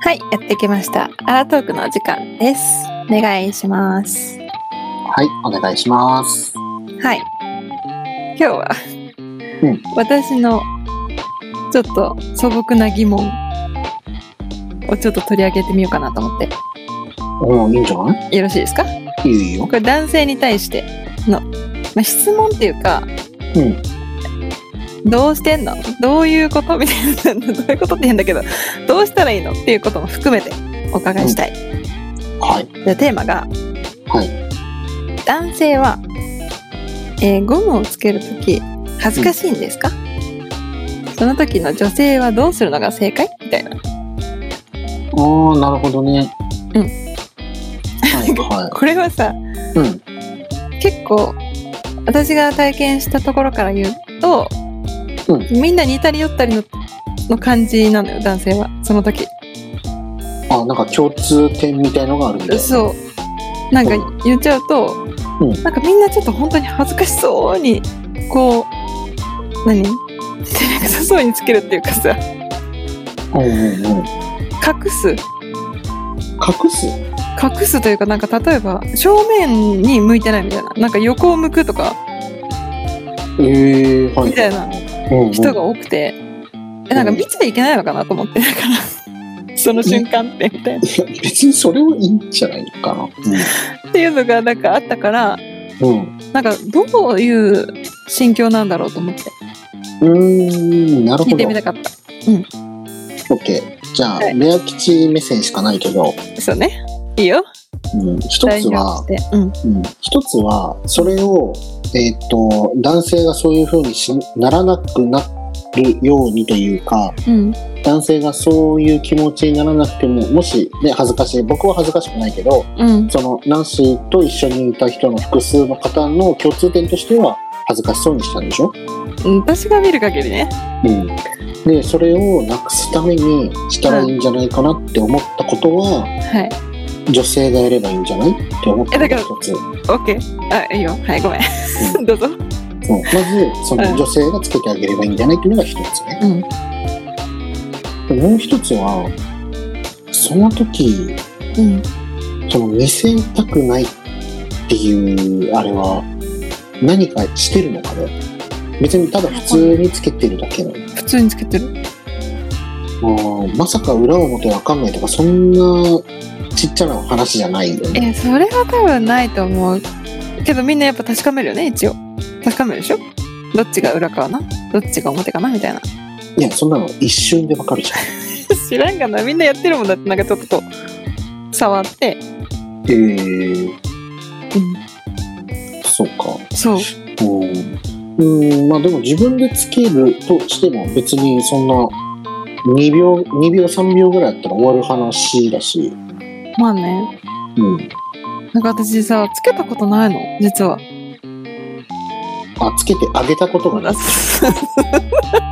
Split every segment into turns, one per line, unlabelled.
はい、やってきました。アラトークのお時間です。お願いします。
はい、お願いします。
はい。今日は、
うん
私のちょっと素朴な疑問をちょっと取り上げてみようかなと思って。
おお、いいんじゃない
よろしいですか
いいよ
こ。れ男性に対しての、まあ、質問っていうか、
うん
どうしてんのどういうことみたいなどういうことって変だけどどうしたらいいのっていうことも含めてお伺いしたい、
はい。
じゃあテーマが、
は
男性は、えーゴムをつけるとき恥ずかしいんですか、その時の女性はどうするのが正解みたいな
おお、なるほどね。
うん
はい、は
これはさ
い。うん。
結構私が体験したところから言うと、
う
みんな似たり寄ったりのの感じなのよ男性はその時
あ、なんか共通点みたいのがあるみたいな。
そうなんか言っちゃうと、
うん
なんかみんなちょっと本当に恥ずかしそうにこう何照れくさそうにつけるっていうかさ
うんうんうん。
隠す
隠す
隠すというかなんか例えば正面に向いてないみたいななんか横を向くとか
ええー、はい。
みたいな
うんうん。
人が多くて、えなんか見ちゃいけないのかなと思ってだから その瞬間ってみたいな、
いや別にそれはいいんじゃないかな。
っていうのがなんかあったから
うん。
なんかどういう心境なんだろうと思って
うん。うーん、なる
聞
ほ
いて
ど。
みたかった
オッケー。じゃあ、
はい
レア吉目線しかないけど、
そうねいいよ
うん、一
代
つは、
表してうん
うん、一つはそれを、えー、と男性がそういうふうにしならなくなるようにというか
うん
男性がそういう気持ちにならなくてももし、ね、恥ずかしい僕は恥ずかしくないけど
うん
そのナンシーと一緒にいた人の複数の方の共通点としては恥ずかしそうにしたんでしょ、
私が見る限りね
うん、でそれをなくすためにしたらいいんじゃないかなって思ったことは、
はい
女性がやればいいんじゃないって思ったのが一つ。
OK あいいよはいごめん、
う
どうぞ
そうまずその
うん
女性がつけてあげればいいんじゃないっていうのが一つね、
うん
でもう一つはその時
うん
その見せたくないっていうあれは何かしてるのかね別にただ普通につけてるだけなの
普通につけてる
もうまさか裏表わかんないとかそんなちっちゃな話じゃないよね
えそれは多分ないと思うけどみんなやっぱ確かめるよね一応確かめるでしょどっちが裏かなどっちが表かなみたいな
いやそんなの一瞬でわかるじゃ ん
知らんがなみんなやってるもんだってなんかちょっとこう触って、
えー、
う
そうか
ん、そう
うん、まあでも自分でつけるとしても別にそんな2秒2秒3秒ぐらいだったら終わる話だし、
まあね
うん、
なんか私さつけたことないの実は
あつけてあげたこと
そうだ
がない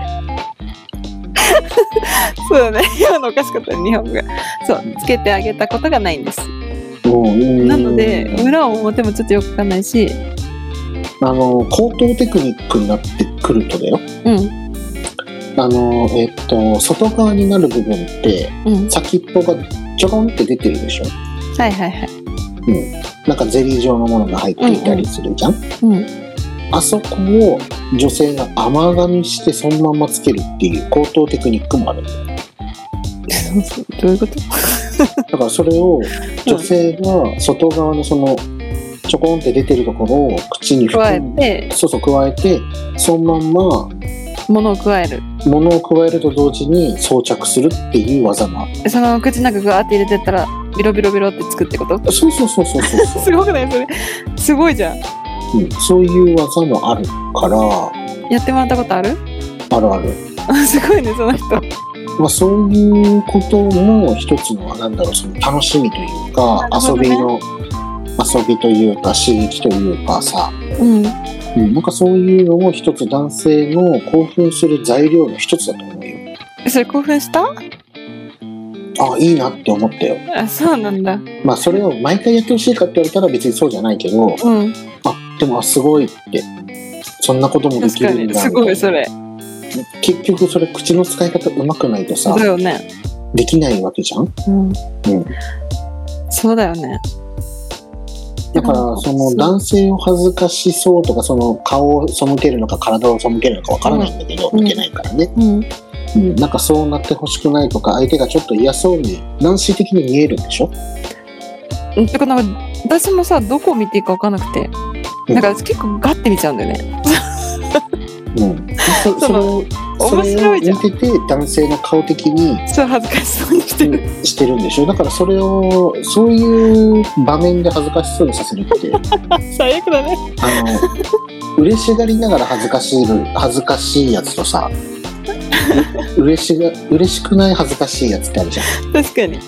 そうだね今のおかしかったね日本語がそうつけてあげたことがないんです
うん
なので裏表もちょっとよくわかんないし
あの口頭テクニックになってくるとだよ
うん
あのえっと外側になる部分って
うん
先っぽがちょろんって出てるでしょ
はいはいはい
なんかゼリー状のものが入っていたりするじゃん、
うん
あそこを女性が甘噛みしてそのまんまつけるっていう口頭テクニックもあるんだ よ
そうそうどういうこと
だからそれを女性が外側のそのちょこんって出てるところを口に
加え
含んで
て
そうそう加えてそのまんま
物を加える
物を加えると同時に装着するっていう技もあ る
そのまま口の中ガーって入れてったらビロビロビロってつくってこと
そうそうそうそうそうそ
すごくないそれすごいじゃん
う、うん、そういう技もあるから
やってもらったことある
あるある、
すごいねその人
まあ、そういうことも一つのなんだろうその楽しみというか、
なるほ
遊
どね
びの遊びというか刺激というかさ、
うん
うん、なんかそういうのも一つ男性の興奮する材料の一つだと思うよ。
それ興奮した
あいいなって思ったよ。
あそうなんだ
まあそれを毎回やってほしいかって言われたら別にそうじゃないけど
うん
あでもあすごいってそんなこともで
確
きる
か
ん
に
だ
すごいそれ
結局それ口の使い方うまくないとさ
だよね
できないわけじゃん
うん
うん
そうだよね
だからその男性を恥ずかしそうとかその顔を背けるのか体を背けるのかわからないんだけど、
うん
見てないからね、
うん
うんなんかそうなってほしくないとか相手がちょっと嫌そうに男子的に見えるんでしょ
てかなんか私もさどこを見ていいか分かんなくて
うん
なんか結構ガッて見ちゃうんだよね
うん、そ
そ
それをそ
面
れを
白いじゃん
見てて男性の顔的に
ちょっと恥ずかしそうにしてる
してるんでしょだからそれをそういう場面で恥ずかしそうにさせるって
最悪だね
あの嬉しがりながら恥ずかしい恥ずかしいやつとさう嬉しが嬉しくない恥ずかしいやつってあるじゃ
確かに
ん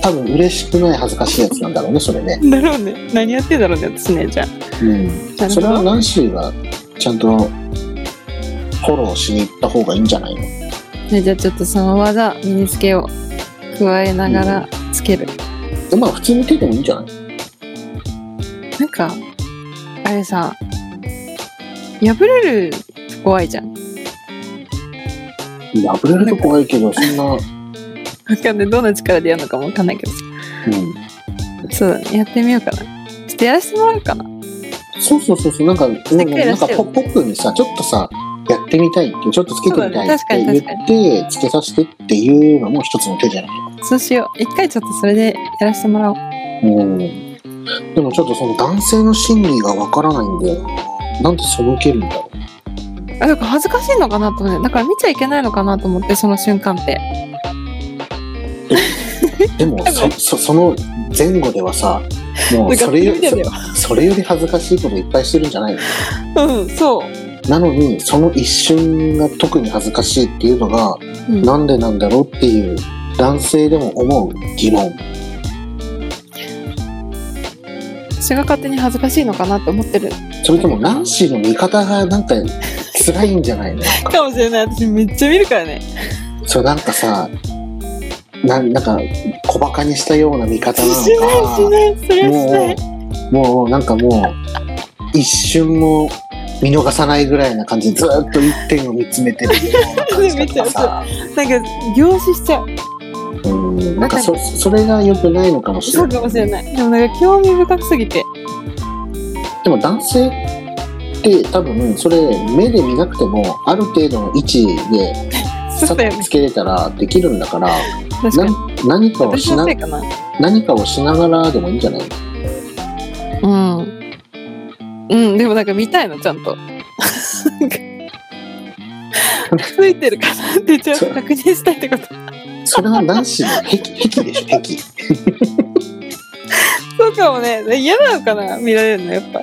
多分嬉しくない恥ずかしいやつなんだろうねそれね、
だろうね何やってんだろうね私ねじゃあ
うん、
なるほど
それはナンシーがちゃんとフォローしに行った方がいいんじゃないの
ねじゃあちょっとその技身につけを加えながらつける、
でまあ普通に手でもいいんじゃない
なんかあれさ破れると怖いじゃん
破れると怖いけどそん な、うん、
わかんないどんな力でやるのかもわかんないけどそうだねやってみようかなちょっとやらせてもらおうかな
そうそうそうそうなんかなんか
っかり
なんか
出して
ポ
よ
ポップにさちょっとさやってみたいってちょっとつけてみたいって
そうだね
言
確か
ってつけさせてっていうのも一つの手じゃない
そうしよう一回ちょっとそれでやらせてもらおう
うんでもちょっとその男性の心理がわからないんでなんで背けるんだろ
あだから恥ずかしいのかなと思ってだから見ちゃいけないのかなと思ってその瞬間って
うでもそそその前後ではさも
だ
う
から
それよ
見てんだ
り
よ
そそれより恥ずかしいこといっぱいしてるんじゃないの
うんそう、
なのにその一瞬が特に恥ずかしいっていうのが
うん、
なんでなんだろうっていう男性でも思う疑問
私が勝手に恥ずかしいのかなって思ってる
それともナンシーの見方がなんか辛いんじゃないのなんか
かもしれない私めっちゃ見るからね
そうなんかさななんか小バカにしたような見方な
しないし
のか
ないそれはしない
もうもうなんかもう一瞬も見逃さないぐらいな感じでずっと一点を見つめて るような感じだとかさ
なんか凝視しちゃう
うんなんかそそれが良くないのかもしれ
そう
ない
かもしれないでもなんか興味深くすぎて
でも男性って多分それ目で見なくてもある程度の位置で
そ
さ
うだ
っ
よ
と
ね
つけれたらできるんだから
確かに
な何かを
私
し
の
な
せいかな
何かをしながらでもいいんじゃない
うんうんでもなんか見たいのちゃん とついてるかなってちゃんと確認したいってこと
それは男子の癖癖でしょ癖
そうかもね嫌なのかな見られるのやっぱ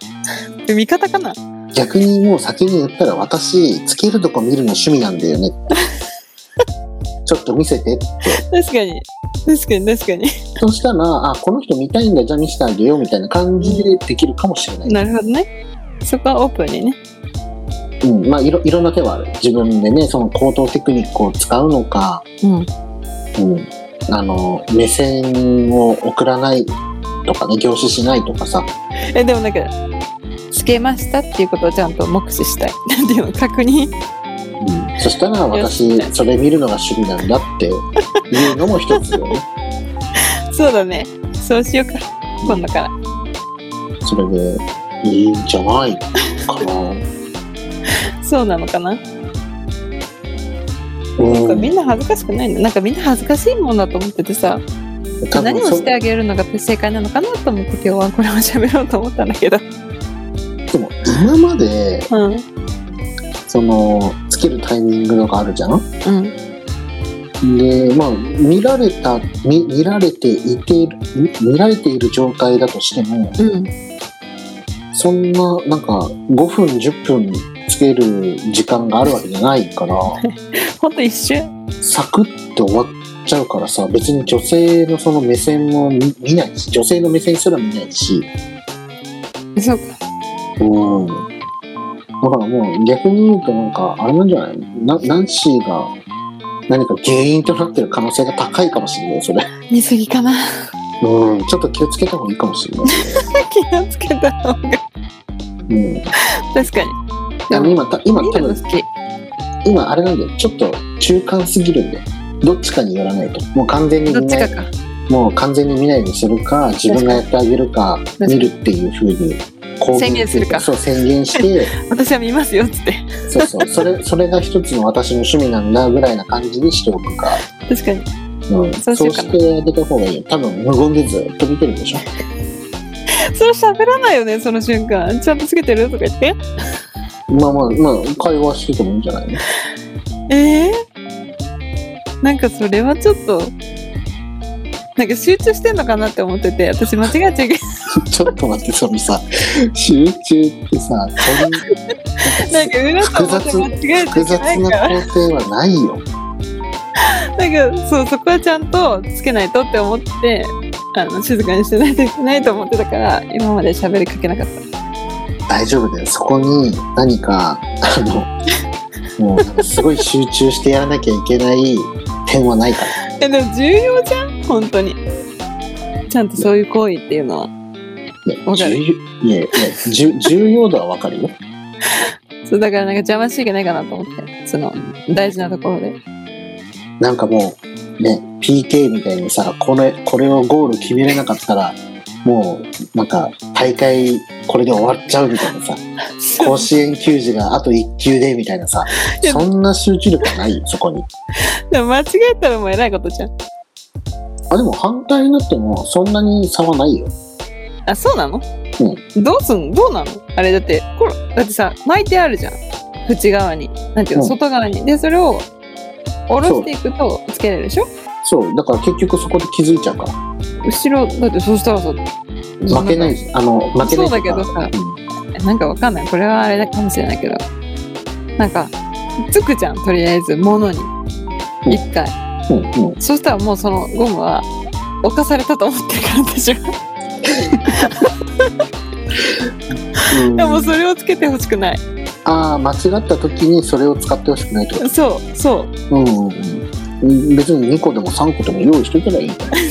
で味方かな
逆にもう先に言ったら私つけるとこ見るの趣味なんだよねちょっと見せて
確かに確かに確かに
そしたらあこの人見たいんだじゃあ見せてあげようみたいな感じでできるかもしれない、
なるほどねそこはオープンにね
うん、まあいろいろんな手はある自分でねその口頭テクニックを使うのか
うん
うん、あの目線を送らないとかね凝視しないとかさ
えでもなんかつけましたっていうことをちゃんと目視したい なんていうの確認
そしたら
よ
私
し
それ見るのが趣味なんだっていうのも一つよね
そうだねそうしようか今度から
それでいいんじゃないかな
そうなのかななん
う
か
ん
みんな恥ずかしくないんだなんかみんな恥ずかしいもんだと思っててさ
多
何
分
を
そ
してあげるのが正解なのかなと思って今日はこれを喋ろうと思ったんだけど
でも今まで
うん
そのつけるタイミングとかあるじゃん
うん
でまあ見られた見見られていて見見られている状態だとしても、
うん
そんな、なんか、5分、10分つける時間があるわけじゃない から、
ほんと一瞬
サクッて終わっちゃうからさ、別に女性のその目線も見見ないし、女性の目線すら見ないし、
そうか
うん。だからもう逆に言うとなんか、あれなんじゃないなナンシーが何か原因となってる可能性が高いかもしれない、それ。
見過ぎかな
うん。ちょっと気をつけた方がいいかもしれない。
気をつけた方が
うん。い
確かに
や今た、今
見
多
るの
分、
好き
今あれなんだよ。ちょっと中間すぎるんだよ。どっちかによらないともう完全に
どっ
見
ち
な
か
い
か。
もう完全に見ないようにするか自分がやってあげるか
かに
見るっていうふうに公
宣言するか
そう宣言して
私は見ますよっつって。
そうそうそれそれが一つの私の趣味なんだぐらいな感じにしておくか、
確かに。
うん、
そうし
そ
よう
う
かな
してあげた方がいいよ多分無言でずっと見てるでしょ
それ喋らないよね、その瞬間。ちゃんとつけてるとか言って。
まあまあまあ会話しててもいいんじゃないの
ええなんかそれはちょっと、なんか集中してんのかなって思ってて、私間違えちゃいけ
ちょっと待って、そのさ、集中ってさ、こん
ない。なんか裏と表間違えちゃ
複
いけ
雑
ないから
な。工程はないよ。
なんかそうそこはちゃんとつけないとって思ってあの静かにしてないといけないと思ってたから今まで喋りかけなかった
大丈夫だよ。そこに何か、あの、もうなんかすごい集中してやらなきゃいけない点はないから。
えでも重要じゃん本当にちゃんとそういう行為っていうのはわかる
重要いやいや重 重要度はわかるよ。
そうだからなんか邪魔しちゃいけないかなと思ってその大事なところで
なんかもう、ね、PK みたいにさ、これ、これをゴール決めれなかったら、もう、なんか、大会、これで終わっちゃうみ たいなさ。甲子園球児があと1球でみたいなさ
いや
そんな集中力はないよそこに
でも間違えたらもうえらいことじゃん
あでも反対になってもそんなに差はないよ
あそうなの、どうすんのどうなのあれだってこれだってさ巻いてあるじゃん縁側になんていうの、
うん
外側にでそれを下ろしていくとつけれるでしょ
そうだから結局そこで気づいちゃうから
後ろだってそうしたらさ
負けないあの負けな
そ
いっていか
うだけなんかわかんないこれはあれだかもしれないけどなんかつくじゃんとりあえず物に
ん
一回、
うんうんうん
そしたらもうそのゴムは犯されたと思ってるから私は
うん
でもそれをつけてほしくない
ああ間違った時にそれを使ってほしくないってこ
そうそう
とうんうんうん別に2個でも3個でも用意しとけばいいから
でも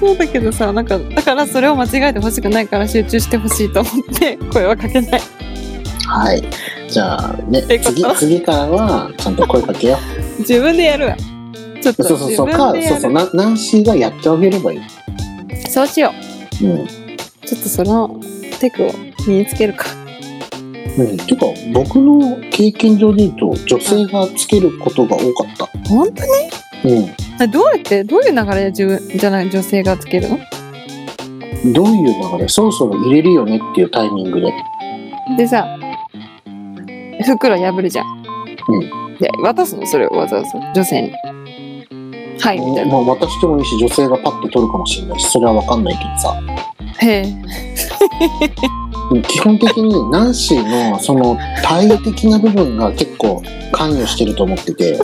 そうだけどさなんかだからそれを間違えてほしくないから集中してほしいと思って声はかけない
はいじゃあね
えこと
次次からはちゃんと声かけよう
自分でやるわち ょっと
そうそう
自
そう
分
か
でや
そう
る
そうなナンシーがやってあげればいい、
そうしよ
うん
うちょっとそのテクを身につけるか
うん、てか僕の経験上で言うと女性がつけることが多かった、
本当に
う
えどうやってどういう流れで自分じゃない女性がつけるの
ん、どういう流れそろそろ入れるよねっていうタイミングで
でさ袋破るじゃん、
うん
で渡すのそれをわざわざ女性にはいみたいな
まあ渡してもいいし女性がパッと取るかもしれないしそれは分かんないけどさ
へえ
うん基本的にナンシーのその体的な部分が結構関与してると思ってて、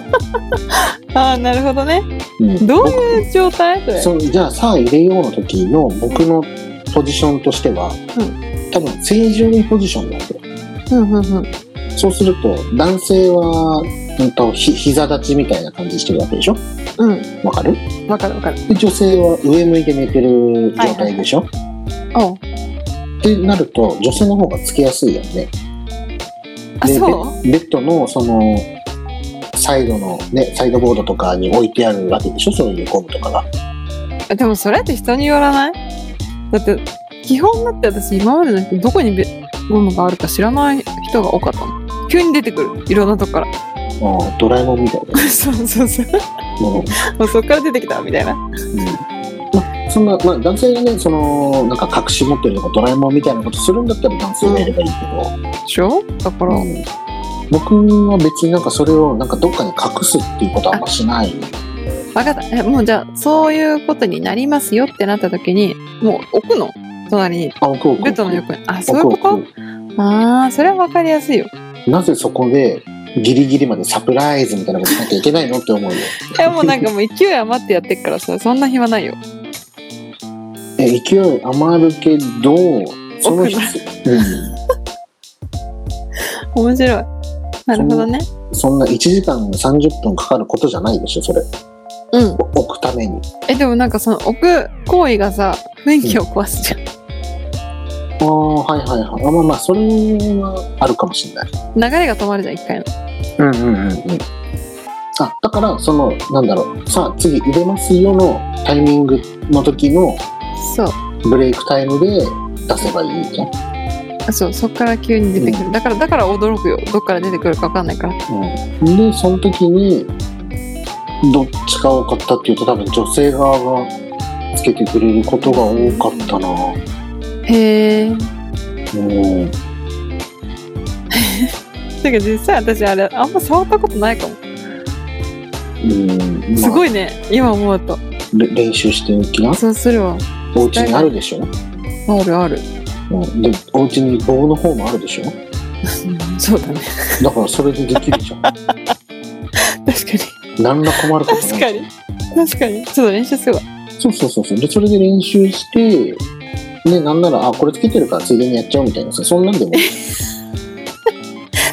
ああなるほどね
うん、
どういう状態それ
そうじゃあさあ入れようの時の僕のポジションとしては、多分正常位ポジションなんだよ
うんうんうん
そうすると男性は、うん、とひ膝立ちみたいな感じしてるわけでしょ
う
わかる
んわかるわかる
で女性は上向いて寝てる状態でしょ、
おう
ってなると女性の方がつけやすいよね
あ
で
そ
ベベッドのそのサイドのねサイドボードとかに置いてあるわけでしょそういうゴムとかが
うでもそれって人によらないだって基本だって私今までの人どこにべゴムがあるか知らない人が多かったの急に出てくるいろんなとこから
うんドラえもんみたいな、
そうそうそう
うん
もうそっから出てきたみたいな
まそんなまあ、男性がねそのなんか隠し持ってるとかドラえもんみたいなことするんだったら男性がやればいいけど、
でしょだから、
うん僕は別になんかそれをなんかどっかに隠すっていうことはあんましない。
分かったえもうじゃあそういうことになりますよってなった時にもう置くの隣に
あ、奥奥
ベッドの横にあそういうこと
奥
ああそれは分かりやすいよ
奥なぜそこでギリギリまでサプライズみたいなことしなきゃいけないのって思うよ。
えもうなんかもう勢い余ってやってっからさそんな暇ないよ
え勢い余るけど、その必うん、
面白いなるほどね
そんな1時間30分かかることじゃないでしょ、それ。
うん
置くために。
えでもなんかその置く行為がさ雰囲気を壊すじゃん
ああ、はいはいはい。あまあまあ、それはあるかもしれない。
流れが止まるじゃん一回の
うんうんうんうん。あだからそのなんだろうさあ次入れますよのタイミングの時の
そう
ブレイクタイムで出せばいいじゃん、
あそうそっから急に出てくる、だからだから驚くよどっから出てくるか分かんないから
うん、でその時にどっちが多かったっていうと多分女性側がつけてくれることが多かったな
へえ
うん
てか実際私あれあんま触ったことないかも、
うん、ますあ
ごいね今思うと
れ練習しておきな
そうするわ
お家にあるでしょ、
あるある
うん、でお家に棒の方もあるでしょ
そうだね
だからそれでできるじゃん
確かに
何ら困ることないじゃん
確かに確かにちょっと練習するわ
そうそうそうそう。で、それで練習して、ね、なんなら、あ、これつけてるからついでにやっちゃおうみたいなさ、そんなんでもいい。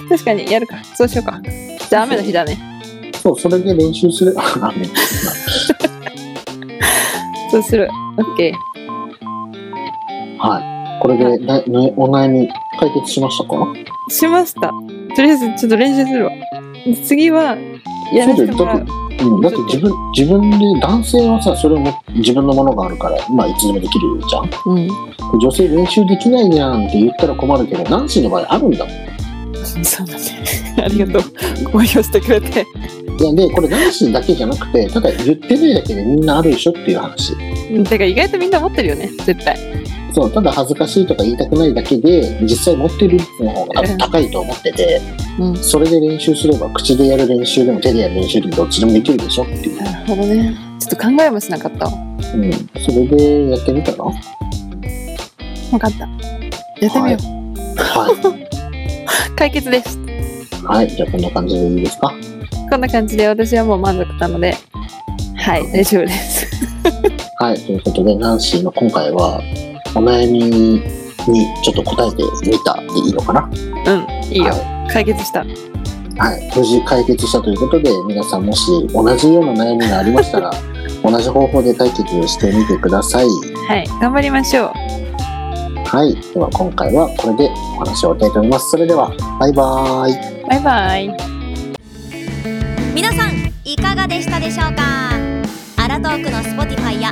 確かにやるかそうしようかじゃあ雨の日だね
そう、それで練習する。 あ、ダメ。
そうするオッケー
はい。これでな、ね、お悩み解決しましたか
しましたとりあえずちょっと練習するわ次はやらせてもらう
うん、だって自分、自分で、男性はさ、それも自分のものがあるから、まあ、いつでもできるじゃん。
うん
女性練習できないじゃんって言ったら困るけど、男子の場合あるんだもん。
そうだね ありがとうご利用してくれて
いや、で、これ男子だけじゃなくて、ただ言ってないだけでみんなあるでしょっていう話。
てか意外とみんな持ってるよね絶対
そう、ただ恥ずかしいとか言いたくないだけで、実際持ってる率の方が多分高いと思ってて、
うん
それで練習すれば、口でやる練習でも手でやる練習でもどっちでもできるでしょっていう。
なるほどねちょっと考えもしなかったわ
うん。それでやってみたらは
分かったやってみよう、
い。
解決です
はい。じゃあこんな感じでいいですか
こんな感じで私はもう満足なのではい大丈夫です
はい。ということで、ナンシーの今回は、お悩みにちょっと答えてみたでいいのか
う
な
んいいよ
は
解決した
はい。無事解決したということで、皆さんもし同じような悩みがありまし たら、同じ方法で解決してみてください。
はい頑張りましょう
はい。では今回はこれでお話を終わりたいと思います。それでは、バイバーイ。
バイバイ
皆さんいかがでしたでしょうかアラトークの Spotify や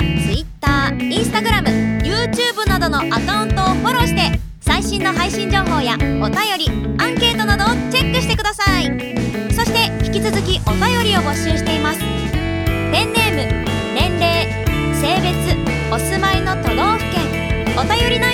TwitterInstagramYouTube などのアカウントをフォローして最新の配信情報やお便りアンケートなどをチェックしてくださいそして引き続きお便りを募集していますペンネーム年齢性別お住まいの都道府県お便り内